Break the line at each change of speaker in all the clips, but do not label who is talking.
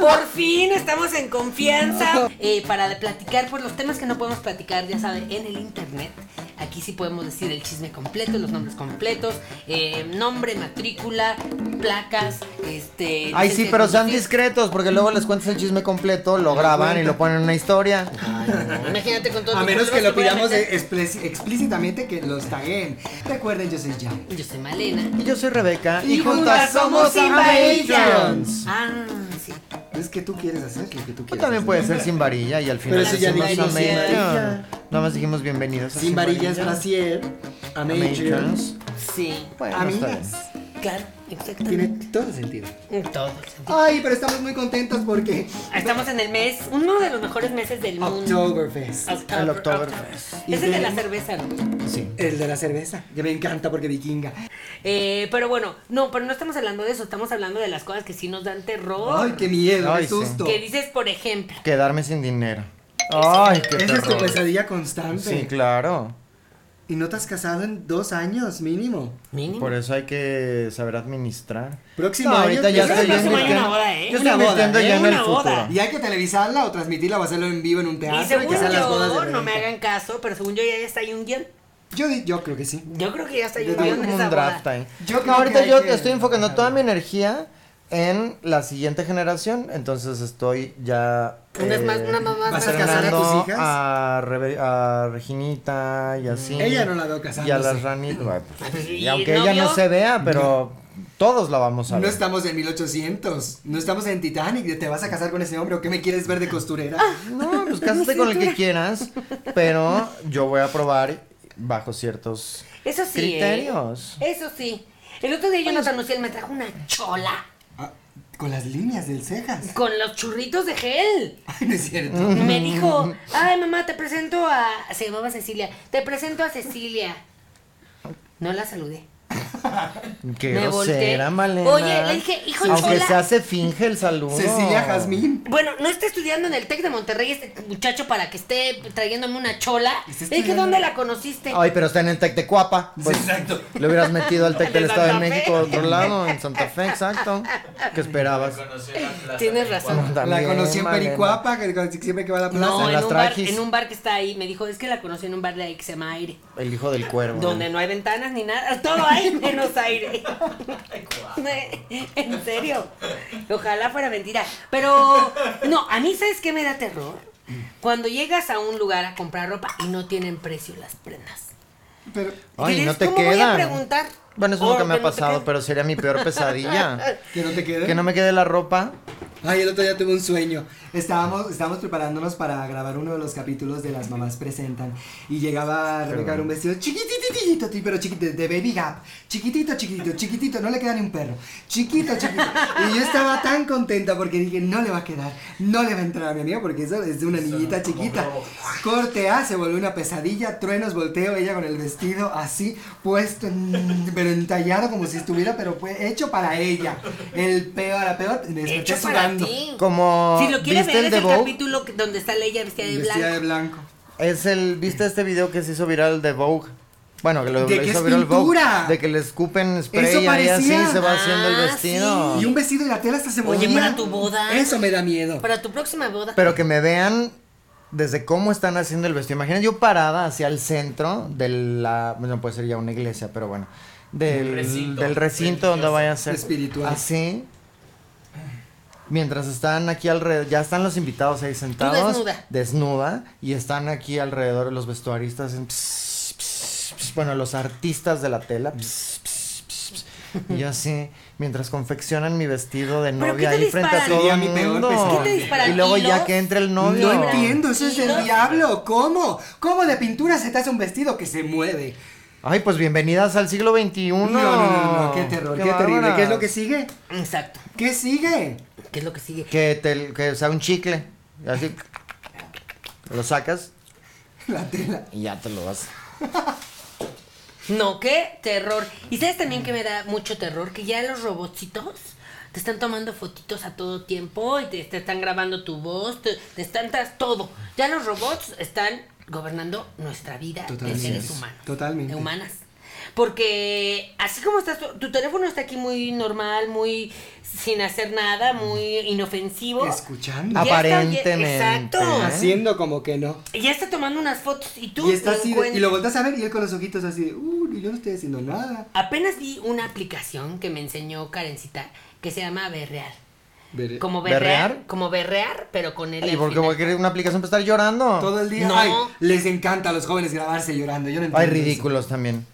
Por fin estamos en confianza eh, para platicar por los temas que no podemos platicar, ya saben, en el internet. Aquí sí podemos decir el chisme completo, los nombres completos, eh, nombre, matrícula, placas, este.
Ay, sí,
pues
pero sean
discretos
discretos, porque luego les cuentas el chisme completo, lo graban y lo ponen en una historia.
Imagínate con todo
A
tu
menos
cuerpo,
que
te
lo
voy a
pidamos
meter.
explí- explícitamente que los taguen. Recuerden, yo soy Jan.
Yo soy Malena.
Y yo soy Rebeca.
Y juntas somos Invasions.
Ah, sí.
Es que tú quieres hacer lo que tú
Pues
quieres.
también
hacer.
puede ser sin varilla y al final.
Pero eso ya
somos
dijimos, sin
Amazing.
varilla.
Nada más dijimos bienvenidos. a
Sin varillas,
varilla.
brasier,
Amations.
amateurs,
Sí.
Bueno, está bien.
amigas.
Claro,
Tiene
exactamente.
todo sentido.
Todo el sentido.
Ay, pero estamos muy contentos porque
Estamos en el mes, uno de los mejores meses del mundo.
Oktoberfest.
October,
El Oktoberfest.
October. Es el de la cerveza, ¿no?
Sí.
El de la cerveza, que me encanta porque vikinga.
Eh, pero bueno, no, pero no estamos hablando de eso, estamos hablando de las cosas que sí nos dan terror.
Ay, qué miedo,
Ay,
qué
sí.
susto.
Que dices, por ejemplo,
Quedarme sin dinero. Ay, qué
Esa es tu
terror.
pesadilla constante.
Sí, claro.
Y no te has casado en dos años mínimo.
mínimo.
Por eso hay que saber administrar.
Próximo
No,
año
ahorita ya
empieza
estoy
el próximo
año
invirtiendo.
una boda, ¿eh?
Yo estoy
Una boda,
invirtiendo
¿eh?
ya en el
Una boda.
futuro.
Y hay que televisarla o transmitirla o hacerlo en vivo en un teatro.
Y según
que sean las bodas
yo,
de
no me
Verónica.
hagan caso, pero según yo ya está ahí un guión.
Yo, di- yo creo que sí.
Yo creo que ya está ahí
Yo
un
tengo
Hay
guión
como
de
un
esa
draft
boda.
ahí.
Yo creo
No, ahorita
que hay
yo
que-
estoy enfocando toda mi energía en la siguiente generación, entonces estoy ya...
Una es más- una más- más-
¿Vas a casar a
entrenando
tus hijas?
A, Rebe- a Reginita y así.
Ella no la veo casándose.
Y a las ranitas. bueno,
Ah,
pues,
pues,
Y
¿y
aunque
el
ella no
novio?
se vea, pero todos la vamos a
No
ver.
estamos en 1800, no estamos en Titanic, de, ¿te vas a casar con ese hombre o qué me quieres ver de costurera?
No, pues cásate con el que quieras, pero yo voy a probar bajo ciertos
Eso sí. ¿eh?
criterios.
Eso sí. El otro día Jonathan Uciel me trajo una chola
Ah, con las líneas del cejas.
con los churritos de gel.
Ay, no es cierto.
Mm,
Me dijo, ay mamá, te presento a... Se llamaba Cecilia. Te presento a Cecilia. No la saludé.
Qué
Me volteé.
grosera, Malena.
Oye, le dije, hijo,
Aunque
chola.
se hace finge el saludo.
Cecilia Jazmín.
Bueno, no está estudiando en el TEC de Monterrey este muchacho para que esté trayéndome una chola.
Está
Le dije,
estudiando.
¿dónde la conociste?
Ay, pero está en el Tec de Cuapa. Pues,
exacto.
Le hubieras metido al Tec del
De
Estado de
Santa Fe.
México a otro lado, en Santa Fe, exacto. ¿Qué esperabas?
Tienes razón.
También,
la conocí en
Malena.
Pericuapa, que que siempre que va a la plaza.
No,
Las
en un, bar,
trajis.
en un bar que está ahí. Me dijo, es que la conocí en un bar de ahí que se llama Aire.
El hijo del cuervo.
Donde no hay ventanas ni nada, todo hay menos aire. en serio. Ojalá fuera mentira. Pero no, a mí sabes qué me da terror. Cuando llegas a un lugar a comprar ropa y no tienen precio las prendas.
Pero
Ay,
¿Qué
no
les-
te
cómo voy a
quedan.
preguntar?
Bueno, eso
Oh,
nunca me ha
que no te
pasado,
quedan.
pero sería mi peor pesadilla.
que no te quede.
Que no me quede la ropa.
Ay, el otro día tuve un sueño. Estábamos, estábamos preparándonos para grabar uno de los capítulos de Las Mamás Presentan. Y llegaba Rebeca con un vestido chiquititito, ti- pero chiquitito, de Baby Gap. Chiquitito, chiquitito, chiquitito, no le queda ni un perro. Chiquito, chiquito. Y yo estaba tan contenta porque dije, no le va a quedar, no le va a entrar a mi amiga porque eso es de una niñita chiquita. Corte A, se volvió una pesadilla, truenos, volteo, ella con el vestido así, puesto, en- pero entallado como si estuviera, pero fue hecho para ella. El peor, la peor, me desperté
Hecho para
sudando.
ti.
Como.
Si lo quieres
¿Viste
ver
el
es
de
el
Vogue?
capítulo que- donde sale ella vestida de
Vestida de
blanco.
blanco.
Es el, ¿viste este video que se hizo viral de Vogue? Bueno, que lo,
De
lo
que
hizo
es
viral
pintura.
Vogue. De que le escupen spray
Eso
y ahí así
parecía.
se va haciendo el
Ah,
vestido.
Y un vestido y la tela hasta se
Oye,
movía.
para tu boda.
Eso me da miedo.
Para tu próxima boda.
Pero que me vean desde cómo están haciendo el vestido. Imagina yo parada hacia el centro de la. Bueno, puede ser ya una iglesia, pero bueno. Del
Un recinto
del recinto donde
religioso.
vaya a ser.
Espiritual.
Así. Mientras están aquí alrededor, ya están los invitados ahí sentados.
desnuda.
Desnuda. Y están aquí alrededor los vestuaristas. en pss, pss, pss, bueno, los artistas de la tela. pss, pss, pss, pss. Y yo así, mientras confeccionan mi vestido de
¿Pero qué
novia
te
ahí frente a
disparan?
todo
Sería
el
mi peor
mundo.
pesadilla.
¿Qué te disparan?
Y luego ya
¿Hilos?
que entre el novio.
No entiendo, eso es
Y
del
no-
diablo. ¿Cómo? ¿Cómo de pintura se te hace un vestido que se mueve?
Ay, pues bienvenidas al siglo XXI.
No, no, no, no, qué terror, qué, terrible.
bárbaras.
¿Qué es lo que sigue?
Exacto.
¿Qué sigue?
¿Qué es lo que sigue?
Que, te, que sea un chicle. y Así. Lo sacas
La tela.
y ya te lo vas.
No, qué terror. Y sabes también que me da mucho terror que ya los robotcitos te están tomando fotitos a todo tiempo y te, te están grabando tu voz, te, te están tras todo. Ya los robots están gobernando nuestra vida
Totalmente.
de seres
Así es.
humanos.
Totalmente.
De humanas. Porque así como estás, tu, tu teléfono está aquí muy normal, muy sin hacer nada, muy inofensivo.
Escuchando.
Ya está, ya-
Aparentemente,
exacto.
¿eh?
Haciendo como que no.
Y ya está tomando unas fotos y tú
Y está
ni
así, de-
cuenta.
y lo volteas a ver y él con los ojitos así de, uh, yo no estoy haciendo nada.
Apenas vi una aplicación que me enseñó Karencita que se llama Berrear.
Veré.
Como berrear,
¿Berrear?
como berrear, pero con el
¿Y por qué voy a querer una aplicación para estar llorando?
Todo el día.
No.
Ay, les encanta a los jóvenes grabarse llorando. Yo no entiendo.
Ay,
eso.
ridículos también.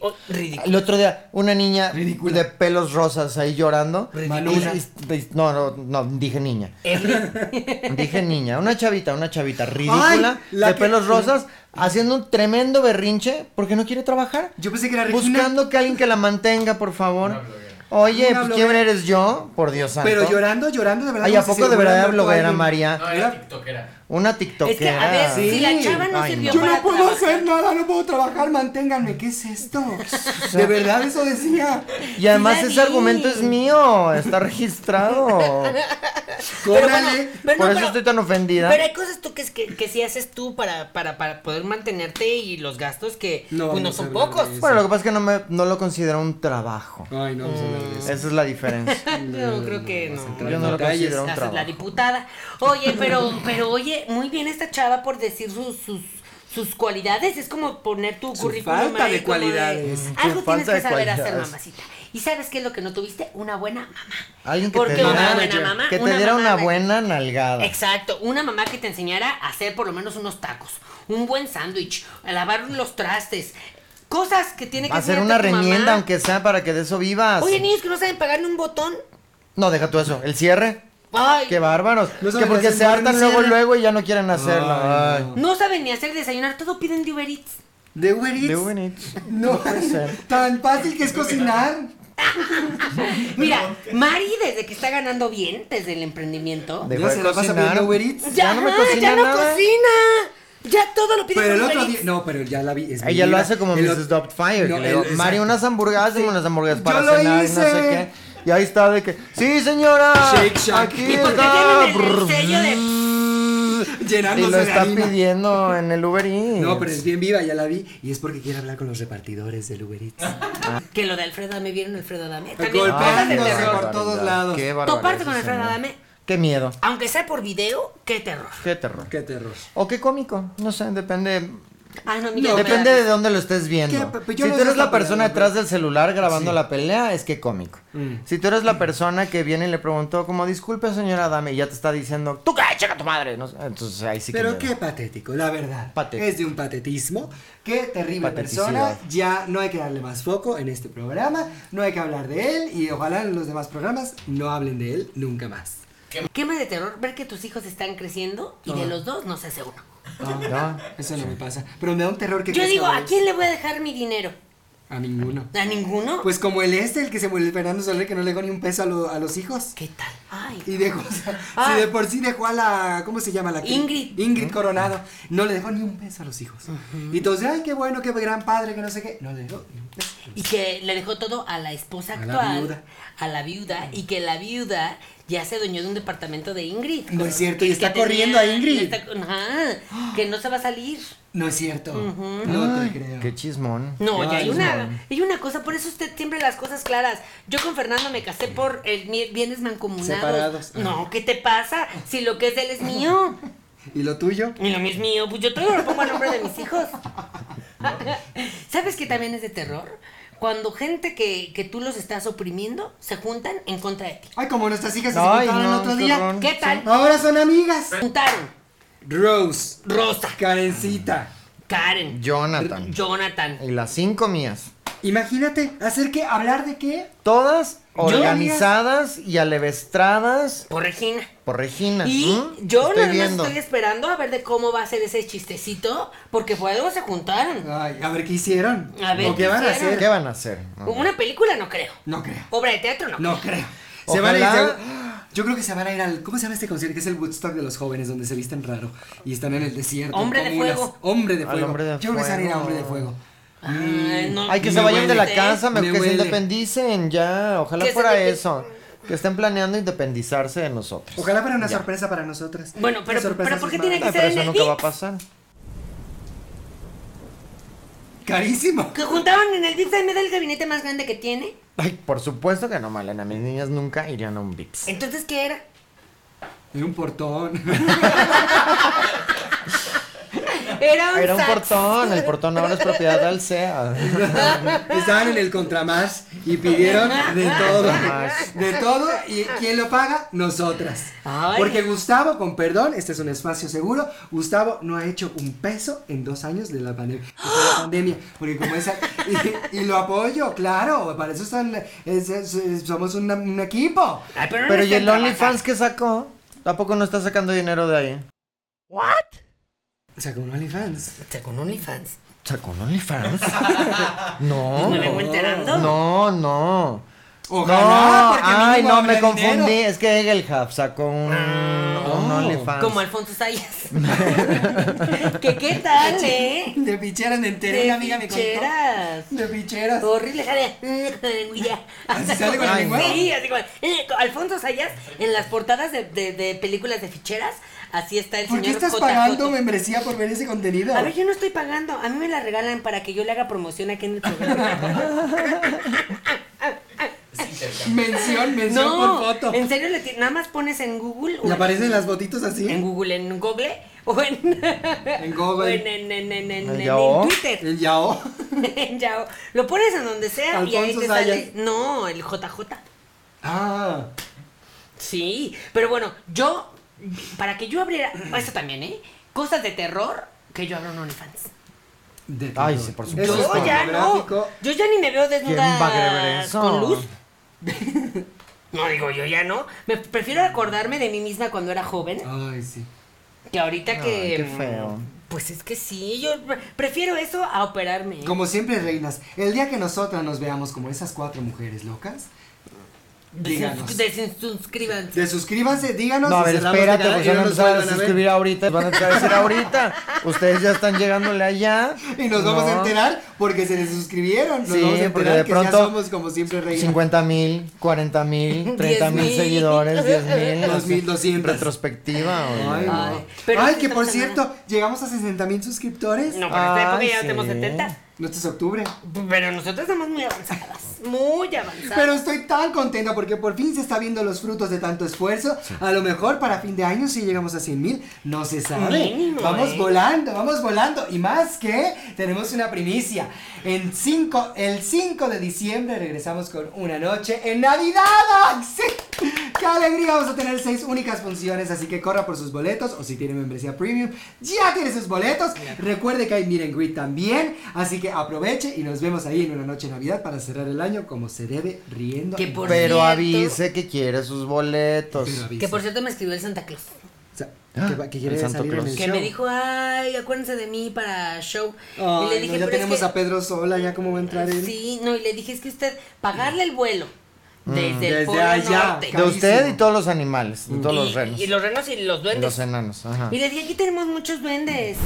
oh, ridículo.
El otro día, una niña
Ridícula.
de pelos rosas ahí llorando.
Manuna.
Y- y- no, no, no, dije niña. Dije niña, una chavita, una chavita ridícula,
la
de
que-
pelos rosas, haciendo un tremendo berrinche porque no quiere trabajar.
Yo pensé que era Regina.
Buscando que alguien que la mantenga, por favor. Oye,
Una
pues, ¿quién
bloguera.
eres yo? Por Dios santo.
Pero llorando, llorando de verdad.
Ay,
como
¿a
si
poco
se
de
hubiera
verdad
muerto
bloguera
alguien.
María?
No, era tiktokera.
Una
Es que, a
tiktokera.
ver, si la
Sí.
chava no
Ay,
sirvió
no.
Yo no
para
puedo
trabajar-
hacer nada, no puedo trabajar, manténganme. ¿Qué es esto? De verdad, eso decía.
Y además
Sí la
ese
vi.
argumento es mío, está registrado.
Pero bueno,
Cóbrale.
pero no,
Por eso
pero-
estoy tan ofendida.
Pero hay cosas tú que, es- que, que sí haces tú para, para, para poder mantenerte y los gastos que pues,
No
no,
vamos a
son
hablar de
pocos.
eso.
Bueno, lo que pasa es que no, me, no lo considero un trabajo.
Ay, no, vamos a hablar de eso.
Esa es la diferencia.
No, creo que
vamos a
no.
entrar
Yo
en
no lo
detalles.
considero un
Haces la
trabajo.
diputada. Oye, pero, pero oye, muy bien esta chava por decir sus, sus, sus cualidades. Es como poner tu
Su
currículum.
falta
ahí
de
como
cualidades.
Su
Algo
falta
tienes que
de
saber hacer,
cualidades.
mamacita. ¿Y sabes qué es lo que no tuviste? Una buena mamá.
Alguien que te
Porque
diera
una
manager,
buena mamá.
que te diera
mamá
una
me-
buena nalgada.
Exacto, una mamá que te enseñara a hacer por lo menos unos tacos, un buen sándwich, a lavar los trastes, cosas que tiene que
Hacer una
enseñarte tu
reñienda,
mamá.
aunque sea para que de eso vivas.
Oye, niños que no saben pagarle un botón.
No, deja tú eso. El cierre.
Ay,
Qué bárbaros.
No
que
saben
porque
hacer
se
un
hartan
buen
luego,
cierre.
luego y ya no quieren hacerlo.
Ay,
Ay.
no saben ni hacer desayunar, todo piden de Uber Eats.
De Uber Eats.
De Uber Eats.
No,
puede ser.
tan fácil que es cocinar.
Mira, Mari desde que está ganando bien desde el emprendimiento.
Dejó
Ya
de
se la pasa
cocinar.
pidiendo Uber Eats.
Ya no me
ajá,
cocina
ya no
nada.
cocina. Ya todo lo pide
Pero el
por
otro
Uber
día.
Eats.
No, pero ya la vi. es
Ella
mi
lo
vida.
hace como
El
Mrs.
otro-
Doubtfire.
No,
que le digo,
el-
Mario, unas hamburguenas, hacemos unas hamburguesas para
lo
cenar y no
hice.
sé qué. Y ahí está de que, sí, señora.
Shake Shack.
Aquí
¿Y por qué
está.
tienen el- el sello de-
Y
Llenándose
lo
de
está
harina.
pidiendo en el Uber Eats.
No, pero es bien viva, ya la vi. Y es porque quiere hablar con los repartidores del Uber Eats.
Que lo de Alfredo Adame, ¿vieron Alfredo Adame? También cosas de
Golpeándose
terror.
por todos lados.
Ah, Qué
Toparte
barbaridad,
con
sí,
Alfredo
señor.
Adame,
Qué miedo.
aunque sea por video, qué terror.
Qué terror.
Qué terror.
O qué cómico. No sé, depende.
Ay, Ah, no, mira,
depende de dónde lo estés
¿Qué?
viendo.
Pe- pe-
Si
yo
tú
no sé
eres
esta
la persona
palabra,
detrás del celular grabando
Sí. Mm.
la pelea, es que cómico. Si tú eres la persona que viene y le preguntó, como disculpe, señora, dame, y ya te está diciendo, tú qué, checa tu madre. No sé, entonces ahí sí que.
Pero
me-
qué patético, la verdad.
Patético.
Es de un patetismo. Qué terrible
Pateticidad.
persona. Ya no hay que darle más foco en este programa. No hay que hablar de él. Y ojalá en los demás programas no hablen de él nunca más.
¿Qué más de terror? Ver que tus hijos están creciendo y de los dos no se hace uno.
No.
Eso no me pasa. Pero me da un terror que
Yo
crezca
digo, ¿a
Uber Eats.
quién le voy a dejar mi dinero?
A ninguno.
¿A ninguno?
Pues como el este, el que se muere, el Fernando Soler, que no le dejó ni un peso a, lo- a los hijos.
¿Qué tal? Ay.
Y dejó, o sea,
Ah.
si de por sí dejó a la, ¿cómo se llama la actriz?
Ingrid.
Mm.
Ingrid Coronado. No le dejó ni un peso a los hijos. Y entonces, ay, qué bueno, qué gran padre, que no sé qué. No le dejó ni un peso.
Y que le dejó todo a la esposa
A la
actual,
viuda.
a la viuda, y que la viuda ya se dueñó de un departamento de Ingrid.
No es cierto, y
Que-
está
que tenía-
corriendo a Ingrid.
y está- ajá, que no se va a salir.
No es cierto. No te creo.
Qué chismón.
No,
Ay,
ya hay
no.
una, hay una cosa, por eso usted siempre las cosas claras. Yo con Fernando me casé por el mi- bienes mancomunados.
Separados.
No, ¿qué te pasa? Si lo que es de él es mío.
¿Y lo tuyo?
Y lo mismo mío, pues yo todo lo pongo a nombre de mis hijos. ¿Sabes qué también es de terror? Cuando gente que, que tú los estás oprimiendo se juntan en contra de ti.
Ay, como nuestras hijas que se
Ay,
juntaron
no,
el otro
qué
día.
horror.
¿Qué tal?
Ahora son amigas.
Juntaron
Rose,
Rosa,
Karencita.
Karen,
Jonathan.
Jonathan.
Y las cinco mías.
Imagínate, ¿hacer qué? ¿Hablar de qué?
Todas organizadas y alevestradas
Por Regina.
por Regina.
Y
¿Mm?
yo
Estoy
nada más
viendo.
estoy esperando a ver de cómo va a ser ese chistecito, porque por algo se juntaron.
Ay, a ver qué hicieron.
A ver,
¿O qué
¿qué
van a
hicieron?
hacer?
¿Qué van a hacer?
Una película no creo.
No creo.
Obra de teatro no.
No creo. Se van a
Ojalá.
ir. se- Yo creo que se van a ir al. ¿Cómo se llama este concierto? Que es el Woodstock de los jóvenes, donde se visten raro y están en el desierto.
Hombre de
como unas-
fuego.
Hombre de
Al
fuego.
hombre de
Yo creo que se van a ir a
fuego.
Hombre de fuego. Mm.
Ay, no.
Hay que
Me
se vayan de la
huele.
casa,
Me
mejor que se
huele.
independicen ya. Ojalá
Que se
fuera
depe-
eso. Que estén planeando independizarse de nosotros.
Pues, Ojalá para una sorpresa para nosotras.
Bueno,
Una
pero-
sorpresa
pero ¿por qué
sus madres.
tiene
Ay,
que
pero
ser en
eso
el
nunca va a
Vips.
pasar.
Carísimo.
Que juntaron en el Vips, ahí me da el gabinete más grande que tiene.
Ay, por supuesto que no, Malena. Mis niñas nunca irían a un Vips.
Entonces, ¿qué era?
Era un portón.
Era un,
Era un
sax.
portón. El portón ahora es propiedad de Alsea.
Estaban en el contramás y pidieron de todo.
Contramás.
De todo. ¿Y quién lo paga? Nosotras.
Ay.
Porque Gustavo, con perdón, este es un espacio seguro. Gustavo no ha hecho un peso en dos años de la pandemia. de la pandemia. Porque como esa. Y, y lo apoyo, claro. Para eso están, es- es- somos una- un equipo.
Ay, pero no
Pero ¿y
está
el
trabajando.
OnlyFans que sacó? ¿Tampoco no está sacando dinero de ahí?
O sea, como OnlyFans.
Sacó un OnlyFans.
¿Sacó un OnlyFans? no.
Me
Oh.
vengo enterando.
No, no.
Ojalá,
no,
porque
ay,
mínimo
no, me
habrá dinero. Ah,
confundí. Es que Egelhaf sacó un, un OnlyFans.
Como Alfonso Sayas. que qué tal, ¿eh?
De picheras me enteré,
De
una amiga me contó.
ficheras.
De picheras.
Horrible, sale. y ya.
¿Así sale con la
Ay,
lengua?
Sí, así como. eh, Alfonso Sayas, en las portadas de, de- de películas de ficheras, así está el
¿Por
señor
qué estás
J.
pagando
Soto.
membresía por ver ese contenido?
A ver, yo no estoy pagando. A mí me la regalan para que yo le haga promoción aquí en el programa.
Mención, mención
no,
por foto.
en serio, le ti- nada más pones en Google.
¿Le
una-
aparecen las botitos así?
En Google, en Google. O en.
En
o
Google.
en, en, en, en, en-
¿En
en
Yahoo?
Twitter.
El Yao.
En Yahoo. Lo pones en donde sea y ahí
Alfonso
te
Sayas.
sale. No, el JJ.
Ah.
Sí, pero bueno, yo, para que yo abriera, esto también, ¿eh? Cosas de terror que yo abro en OnlyFans.
de
Ay,
todo.
sí, por
Eso
supuesto.
es
Yo Oh, ya no.
pornográfico.
Yo ya ni me veo
¿Quién va a creer
desnuda
eso?
con luz. No digo yo ya no. Me prefiero acordarme de mí misma cuando era joven
Ay, sí.
que ahorita
Ay,
que. mm,
qué feo.
Pues es que sí, yo pre- prefiero eso a operarme. ¿eh?
Como siempre, reinas, el día que nosotras nos veamos como esas cuatro mujeres locas, díganos.
Desuscríbanse.
Desuscríbanse, díganos.
No, a
y
ver,
cerramos
espérate,
de cara
pues
y
van
no
a
nos
empezar a
vuelvan a ver.
suscribir ahorita. Van a empezar a decir ahorita. Ustedes ya están llegándole allá.
Y nos vamos a
No.
enterar porque se desuscribieron. Nos
Sí,
vamos a
porque
enterar
de
que
pronto
ya somos como siempre reinas.
50 mil, 40 mil, 30 mil
10,000.
seguidores, 10 mil.
2200.
Retrospectiva.
Ay,
oye.
no.
Ay, pero
Ay,
no
que
se
por
pasa
cierto, llegamos a 60 mil suscriptores.
No, pero esta época
Ay,
ya no tenemos
sí.
70.
No, este es octubre.
Pero nosotros estamos muy avanzadas. Muy avanzadas.
Pero estoy tan contenta porque por fin se está viendo los frutos de tanto esfuerzo. A lo mejor para fin de año si llegamos a 100 mil, no se sabe.
Mínimo,
vamos
¿eh?
volando, vamos volando. Y más que tenemos una primicia. En cinco, el 5 de diciembre regresamos con una noche en Navidad. ¡Ay, sí! ¡Qué alegría! Vamos a tener seis únicas funciones, así que corra por sus boletos o si tiene membresía premium, ya tiene sus boletos. Recuerde que hay Meet and Greet también, así que aproveche y nos vemos ahí en una noche de Navidad para cerrar el año como se debe, riendo.
Que
y
por
Pero
cierto-
avise que quiere sus boletos.
Pero avisa.
Que por cierto me escribió el Santa Claus.
O sea, que va- que quiere
Ah, El Santo
salir en
Claus.
el
Que
show.
me dijo, ay, acuérdense de mí para show.
Ay,
y le dije,
no, ya
pero
tenemos
es que,
a Pedro Sola, ya cómo va a entrar él.
Sí, no, y le dije, es que usted, pagarle el vuelo desde el
Mm, desde
Polo
allá,
Norte.
De
carísimo.
usted y todos los animales, y todos
y,
los renos.
y los renos y los
Y
duendes.
los enanos, ajá.
Y le dije, aquí tenemos muchos duendes.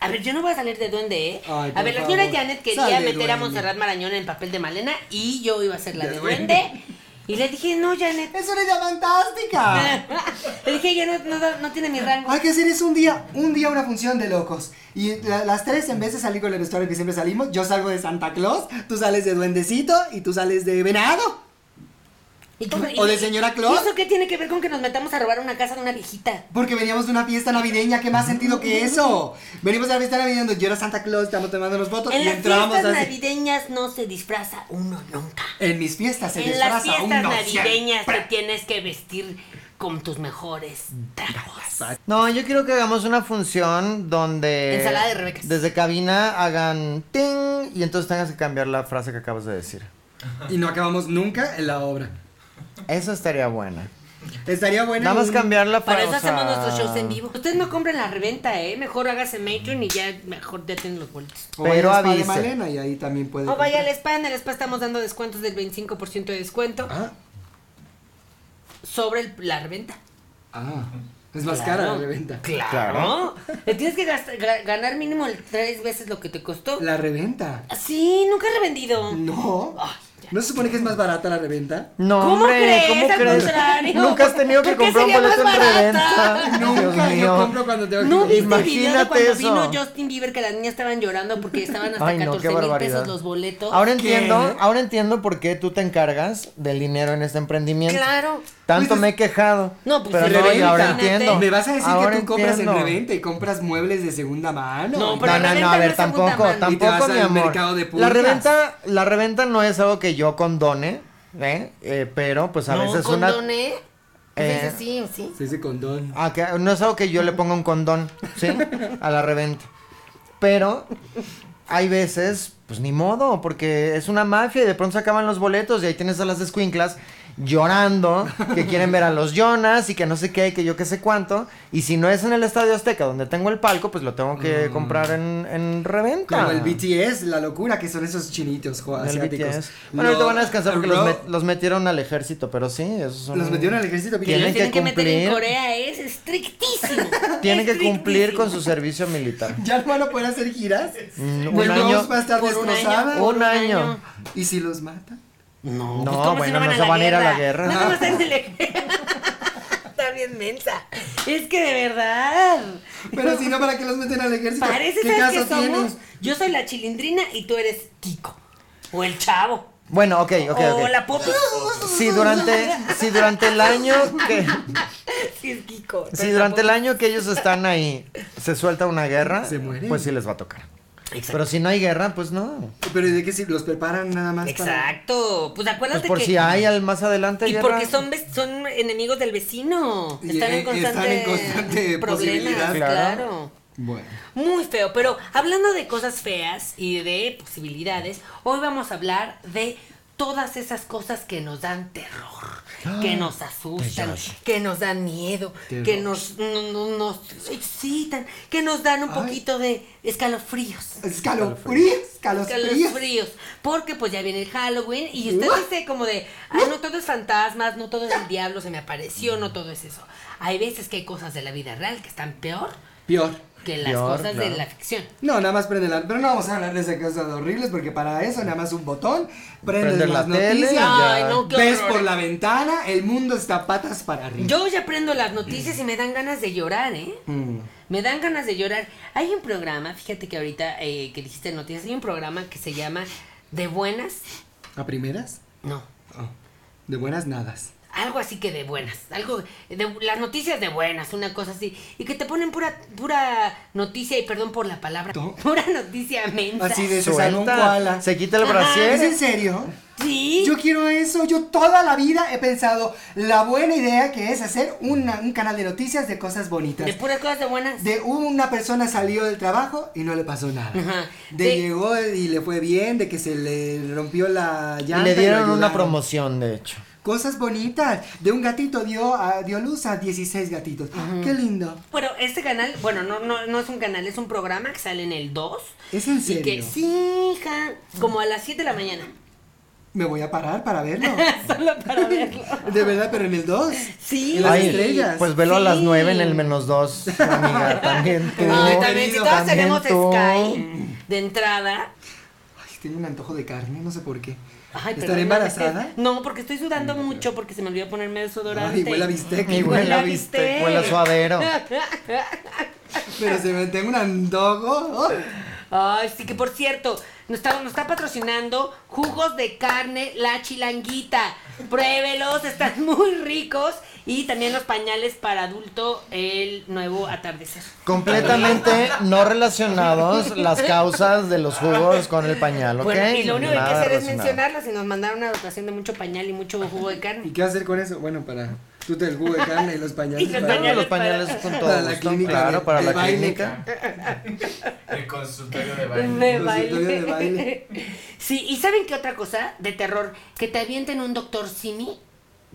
A ver, yo no voy a salir de duende, ¿eh?
Ay,
a
por
ver, la señora
favor.
Janet quería
Sale,
meter a
duende.
Montserrat Marañón en papel de Malena y yo iba a ser la
De
de,
duende.
duende. Y le dije, no, Janet.
Es una idea fantástica.
Le dije, ya no, no, da- no tiene mi rango.
Hay que hacer es un día, un día una función de locos. Y la- las tres, en vez de salir con el vestuario que siempre salimos, yo salgo de Santa Claus, tú sales de Duendecito y tú sales de Venado.
¿Y qué-
¿O
y-
de señora Claus?
¿y eso qué tiene que ver con que nos metamos a robar una casa de una viejita?
Porque veníamos de una fiesta navideña, ¿qué más sentido que eso? Venimos de la fiesta navideña, yo era Santa Claus, estamos tomando las fotos
En
y
las
entramos
fiestas
así.
navideñas no se disfraza uno nunca.
En mis fiestas se
En
disfraza
las fiestas
uno
navideñas
siempre.
te tienes que vestir con tus mejores tragos.
No, yo quiero que hagamos una función donde.
Ensalada de Rebecas.
Desde cabina hagan ting y entonces tengas que cambiar la frase que acabas de decir.
Y no acabamos nunca en la obra.
Eso estaría buena.
Estaría bueno.
Nada más
un-
cambiarla para.
Para
o
eso hacemos
sea,
nuestros shows en vivo. Ustedes no compren la reventa, ¿eh? Mejor hágase Matron y ya mejor ya tienen los boletos.
O vaya
Pero
al spa de
avise.
Malena y ahí también puede.
O Oh, vaya al spa, en el spa estamos dando descuentos del 25% de descuento
Ah,
sobre el- la reventa.
ah. Es más
Claro.
cara la reventa.
Claro.
Claro.
Le tienes que gast- gra- ganar mínimo el tres veces lo que te costó.
La reventa.
Sí, nunca he revendido.
Ah,
No.
Ay, ya.
¿No se supone que es más barata la reventa?
No,
¿Cómo
hombre,
crees?
¿cómo
Al
crees?
contrario.
Nunca has tenido que
¿Por qué
comprar un
sería más
boleto en
barata?
reventa. Dios
Nunca yo
mío.
compro cuando tengo que
No,
comprar.
¿viste el video de
Imagínate
cuando
eso.
vino Justin Bieber que las niñas estaban llorando porque estaban hasta
Ay, no, qué
14 mil
barbaridad.
pesos los boletos?
Ahora
¿Qué?
entiendo, ahora entiendo por qué tú te encargas del dinero en este emprendimiento.
Claro.
Tanto
Pues es-
me he quejado.
No, pues
pero
sí,
no, y
reventa.
ahora entiendo.
Me vas a decir
Ahora
que tú compras en
entiendo.
reventa y compras muebles de segunda mano.
No, pero
No, no, no,
reventa
a
no
ver,
es segunda
tampoco,
mano.
Y te vas
tampoco, mi
al
amor.
mercado de
la
pulgas.
reventa, la reventa no es algo que yo condone, ¿eh? Eh, pero pues a
no,
veces una
condoné.
Eh,
Pues sí, sí.
Se dice condón.
Ah, que no es algo que yo le ponga un condón, ¿sí? A la reventa. Pero hay veces, pues ni modo, porque es una mafia y de pronto se acaban los boletos y ahí tienes a las escuinclas llorando que quieren ver a los Jonas y que no sé qué, que yo qué sé cuánto. Y si no es en el Estadio Azteca donde tengo el palco, pues lo tengo que comprar en, en reventa.
Mm. Como el BTS, la locura que son esos chinitos jo,
En el
asiáticos.
BTS. Bueno, ahorita
Lo-
van a descansar porque los,
Ro-
met- los metieron al ejército, pero sí, esos son...
los metieron al ejército.
Que los
Tienen
BTS.
tienen que, meter en
cumplir.
Corea es estrictísimo.
Tienen que
Estrictísimo.
cumplir con su servicio militar.
¿Ya no van a poder hacer giras?
Mm, un
Pues
año-
Rose va a estar
Por un año.
destrozada.
Por
Un año.
¿Y si los matan?
No,
No,
pues, ¿cómo
bueno,
si
no se van a ir a la guerra.
No,
No.
¿cómo están en la guerra? Está bien mensa. Es que de verdad.
Pero si no, ¿para qué los meten al ejército?
Parece
¿Qué
¿sabes
caso
que somos.
tienes?
Yo soy la chilindrina y tú eres Kiko. O el chavo.
Bueno, ok, ok,
o
ok.
la popi.
Si durante, si durante el año que,
Sí, es Kiko.
si durante el año que ellos están ahí se suelta una guerra,
Se mueren.
pues sí les va a tocar.
Exacto.
Pero si no hay guerra, pues no.
Pero ¿de qué si los preparan nada más para...?
Exacto. Pues acuérdate
Pues por
que.
si hay al más adelante
y
guerra.
porque son, ve- son enemigos del vecino.
Y,
Están
eh,
en constante,
están en constante
problemas,
posibilidad.
Claro.
claro.
Bueno.
Muy feo, pero hablando de cosas feas y de posibilidades, hoy vamos a hablar de todas esas cosas que nos dan terror,
Ah,
que nos asustan, que nos dan miedo,
Terror.
que nos, no- no- nos excitan, que nos dan un
Ay.
poquito de escalofríos.
Escalofríos, escalofríos.
Escalofríos, porque pues ya viene el Halloween y usted
Uah.
dice como de, ah, no todo es fantasmas, no todo es el diablo, se me apareció, no todo es eso. Hay veces que hay cosas de la vida real que están peor
Peor.
que las
Peor,
cosas
claro.
de la ficción.
No, nada más prende la... Pero no vamos a hablar de esas cosas horribles porque para eso nada más un botón, prendes
Prende la
las
tele,
noticias,
Ay, no, qué
ves
horror.
por la ventana, el mundo está patas para arriba.
Yo ya aprendo las noticias y me dan ganas de llorar, ¿eh?
Mm.
Me dan ganas de llorar. Hay un programa, fíjate que ahorita eh, que dijiste noticias, hay un programa que se llama De Buenas.
¿A primeras?
No,
Ah.
Oh, De buenas nadas.
algo así que de buenas. Algo de las noticias de buenas, una cosa así. Y que te ponen pura, pura noticia, y perdón por la palabra,
¿No?
pura noticia mensa.
Así de- se salva un koala.
Suelta, se quita el
Ajá,
¿Es en
brasier.
serio?
Sí.
Yo quiero eso. Yo toda la vida he pensado la buena idea que es hacer una- un canal de noticias de cosas bonitas.
De puras cosas de buenas.
De una persona salió del trabajo y no le pasó nada.
Ajá.
De,
De-
llegó y le fue bien, de que se le rompió la
Y
llanta.
le
y lo
dieron una
ayudaron.
promoción, de hecho.
Cosas bonitas. De un gatito dio, a- dio luz a 16 gatitos. Qué lindo.
Bueno, este canal, bueno, no, no, no es un canal, es un programa que sale en el 2.
¿Es en
Y
serio?
que sí, hija, como a las 7 de la mañana.
Me voy a parar para verlo.
Solo para verlo.
de verdad, pero en el 2.
Sí.
Y las
Ay,
estrellas.
Pues velo a las
Sí.
nueve en el menos dos, amiga. También tú.
Ay, también, si
Querido,
todos
también
tenemos
tú.
Sky de entrada.
Ay, tengo un antojo de carne, no sé por qué.
Ay,
¿Estaré
perdóname,
embarazada?
este- No, porque estoy sudando mucho porque se me olvidó ponerme desodorante.
Ay, huele a bistec.
Mm, Y huele a bistec, huele a suadero.
Pero se me tengo un antojo. Oh,
Ay, sí que por cierto, nos está, nos está patrocinando jugos de carne La Chilanguita. Pruébelos, están muy ricos. Y también los pañales para adulto, el nuevo atardecer.
Completamente no relacionados las causas de los jugos con el pañal, ¿ok?
Bueno, y lo único que hay que
Nada
hacer es
relacionado.
mencionarlos y nos mandaron una dotación de mucho pañal y mucho jugo de carne.
¿Y qué hacer con eso? Bueno, para tú te el jugo de carne y los pañales.
Y los
para-
Claro, los pañales
para-
con todo
para la
gusto,
clínica
claro,
de-
para
de
la
baile.
clínica.
El consultorio de baile.
De
Consultorio
baile.
de baile.
Sí, y ¿saben qué otra cosa de terror? Que te avienten un doctor Simi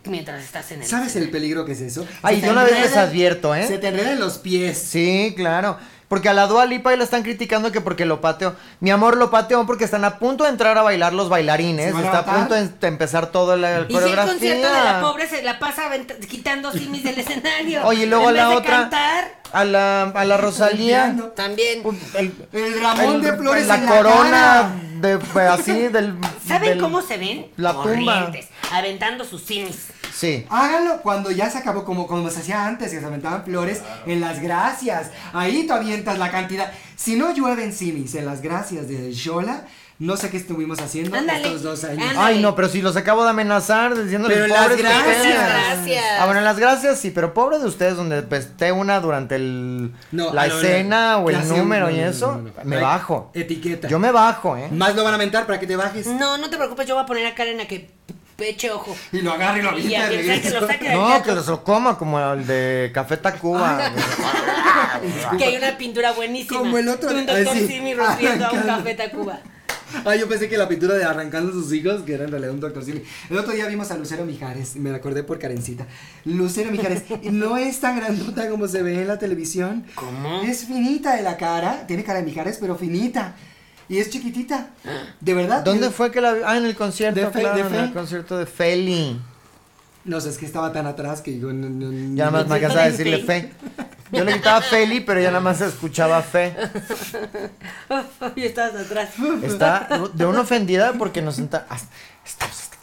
mientras estás en el.
¿Sabes el peligro que es eso?
Ay,
Se te
yo una vez
enreda-
les advierto, ¿eh?
Se te enredan los pies.
Sí, claro. Porque a la Dua Lipa ahí la están criticando que porque lo pateó. Mi amor lo pateó porque están a punto de entrar a bailar los bailarines.
¿Se van a
Está a
matar?
punto de, de empezar todo la
Y si el
coreografía.
concierto de la pobre se la pasa avent- quitando simis del escenario.
Oye, y luego
En
la
vez de
otra.
cantar,
A la, a la Rosalía. pues,
Limpiando.
también.
El,
El ramón
el-
de flores
la
en la
corona
cara.
de pues, así del
¿Saben
del-
cómo se ven?
la tumba.
Corrientes, aventando sus simis.
sí
Háganlo cuando ya se acabó, como, como se hacía antes, que se aventaban flores en las gracias. Ahí tú avientas la cantidad. Si no llueven simis en las gracias de Shola, no sé qué estuvimos haciendo
Ándale.
estos dos años.
Ándale.
Ay, no, pero si los acabo de amenazar diciéndoles
Pero las
pobres de
gracias.
ustedes.
Gracias.
Ah, bueno, las gracias sí, pero pobre de ustedes donde pues, esté una durante el,
No,
la
no, no,
escena
no.
o el
Ya sé,
número
no,
y
no, no,
eso,
no, no.
me
Ay,
bajo.
Etiqueta.
Yo me bajo, ¿eh?
Más lo van a mentar para que te bajes.
No, no te preocupes, yo voy a poner a Karen a que peche ojo.
Y lo agarra y lo
Y
avienta
a
de
que que
regreso.
lo saque del
No,
gato.
que se lo coma como el de Café
Ah,
Tacuba.
Que hay una pintura buenísima.
Como el otro-
De un doctor
Ay, sí.
Simi rompiendo a un
Arrancando.
café Tacuba.
Ay, Ah, yo pensé que la pintura de Arrancando a sus hijos, que era en realidad un doctor Simi. El otro día vimos a Lucero Mijares, me la acordé por Karencita. Lucero Mijares no es tan grandota como se ve en la televisión.
¿Cómo?
Es finita de la cara, tiene cara de Mijares, pero finita. Y es chiquitita. ¿De verdad?
¿Dónde fue que la vi? Ah, en el concierto,
De Fe-
claro,
de
en
Fe.
el concierto de Feli.
No sé, es que estaba tan atrás que yo no, no- no-
Ya más me alcanzaba a
de
decirle
Fe.
Fe. Yo le gritaba Feli, pero ya nada más escuchaba Fe.
Y estabas atrás.
Está de una ofendida porque nos senta. ah, Estamos hasta atrás.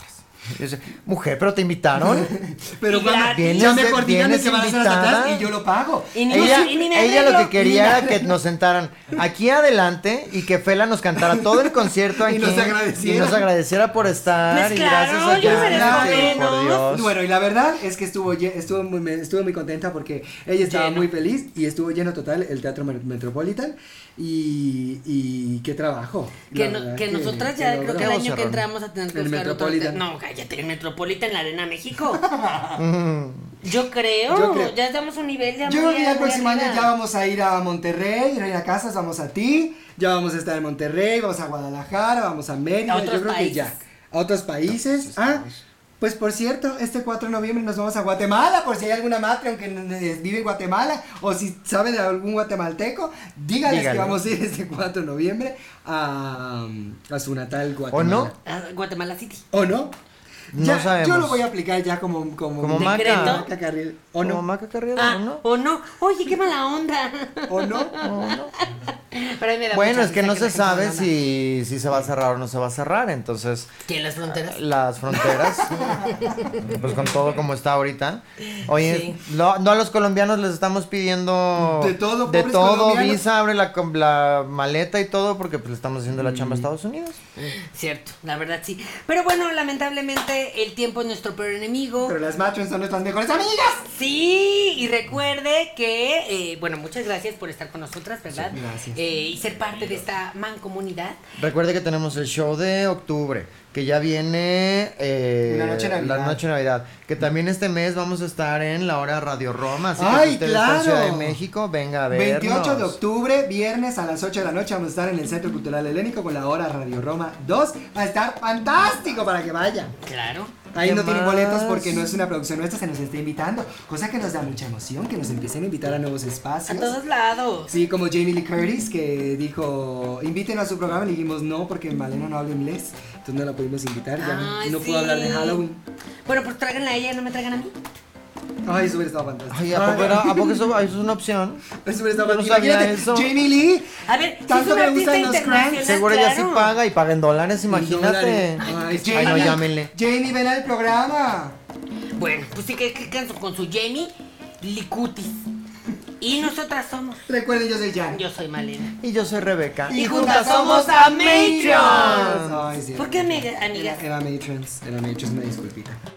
Y dice, Mujer, pero te invitaron.
Pero
Y
cuando
gratis.
ya
Vienes
me
de-
coordinan de
vienes
que van a hacer hasta atrás
invitada.
y yo lo pago.
Y ni-
ella
y ni me
ella
arreglo.
lo que quería
Ni
era que nos sentaran aquí adelante y que Fela nos cantara todo el concierto
Y
aquí.
nos agradeciera.
y nos agradeciera por estar.
Pues
y
claro,
gracias a
yo
Dios,
merezco
sí, por
menos.
Dios.
Bueno, y la verdad es que estuvo, lle- estuvo, muy, me- estuvo muy contenta porque ella estaba
Lleno.
muy feliz y estuvo lleno total el Teatro Mer- Metropolitan y, y qué trabajo.
Que,
la
no-
verdad
que nosotras ya creo
logró.
que el
Qué
año que
vocerrón.
entramos a tener que
El
buscar otro.
Metropolitan.
te- No, cállate, el Metropolitan, la Arena México.
Mm.
Yo creo,
Yo creo.
ya estamos a un nivel ya
Yo
muy
creo que ya el
muy
próximo año
arriba.
ya vamos a ir a Monterrey, Reina Casas, vamos a ti, ya vamos a estar en Monterrey, vamos a Guadalajara, vamos a Mérida,
A otros
yo creo
países.
que ya. A otros países. Ah, pues por cierto, este 4 de noviembre nos vamos a Guatemala, por si hay alguna madre aunque vive en Guatemala, o si sabe de algún guatemalteco, dígales
Dígale.
que vamos a ir este 4 de noviembre a, a su natal
¿O
Guatemala.
no?
Ah, Guatemala City.
¿O no?
No
Ya, Yo
sabemos.
lo voy a aplicar ya como... Como,
Como
Maca. Decreto.
Maca Carril. ¿O
Como
no?
Maca Carrera,
Ah,
¿o no?
o no. Oye, qué mala onda.
¿O no?
¿O no?
Pero a mí me da
Bueno,
mucha
es que
risa
no
la
se
gente
sabe
no ama.
si, si se va a cerrar o no se va a cerrar, entonces...
Que en las fronteras.
las fronteras, pues con todo como está ahorita. Oye, lo- no a los colombianos les estamos pidiendo
De todo,
de
pobres
todo,
colombianos.
visa, abre la, com- la maleta y todo porque pues le estamos haciendo la
Mm.
chamba a Estados Unidos.
Cierto, la verdad sí. Pero bueno, lamentablemente el tiempo es nuestro peor enemigo.
Pero las machos son nuestras mejores amigas.
Sí, y recuerde que, eh, bueno, muchas gracias por estar con nosotras, ¿verdad?
Sí, gracias.
Eh, y ser parte de esta mancomunidad.
Recuerde que tenemos el show de octubre, que ya viene eh,
La noche de Navidad.
la noche de Navidad, que también este mes vamos a estar en la hora Radio Roma, así que
¡Ay,
si usted está en
claro!
Ciudad de México, venga a vernos.
28 de octubre, viernes a las 8 de la noche, vamos a estar en el Centro Cultural Helénico con la hora Radio Roma 2. Va a estar fantástico para que vayan.
Claro.
Ahí
¿Qué
no tienen
más?
boletos porque no es una producción nuestra, se nos está invitando. Cosa que nos da mucha emoción, que nos empiecen a invitar a nuevos
A
espacios.
todos lados.
Sí, como Jamie Lee Curtis que dijo, invítenos a su programa y le dijimos no porque Malena no habla inglés. Entonces no la pudimos invitar, ya no-
Ay,
no
sí.
pudo hablar de Halloween.
Bueno, pues tráiganla a ella, no me traigan a mí.
Ay, eso hubiera estado fantástico.
Ay, ¿a poco, era- a poco eso, eso es una opción?
Eso hubiera
Yo
estado
no
fantástico.
sabía
Imagínate,
eso.
Jamie Lee.
A ver, si es
Tanto
una
me
artista
gustan los
internacional,
cranks.
Seguro ella sí
Pues claro.
paga y paga en dólares, imagínate.
Dólares. Ay,
Ay, no,
Jamie,
llámenle.
Jamie, ven al programa.
Bueno, pues sí que que canso con su Jamie Licutis. Y nosotras somos.
Recuerden, yo soy Jan.
Yo soy Malena.
Y yo soy Rebeca.
Y juntas somos a Matrons.
Ay, sí.
¿Por qué amiga- amigas?
Era, era Matrons. Era Matrons, una disculpita.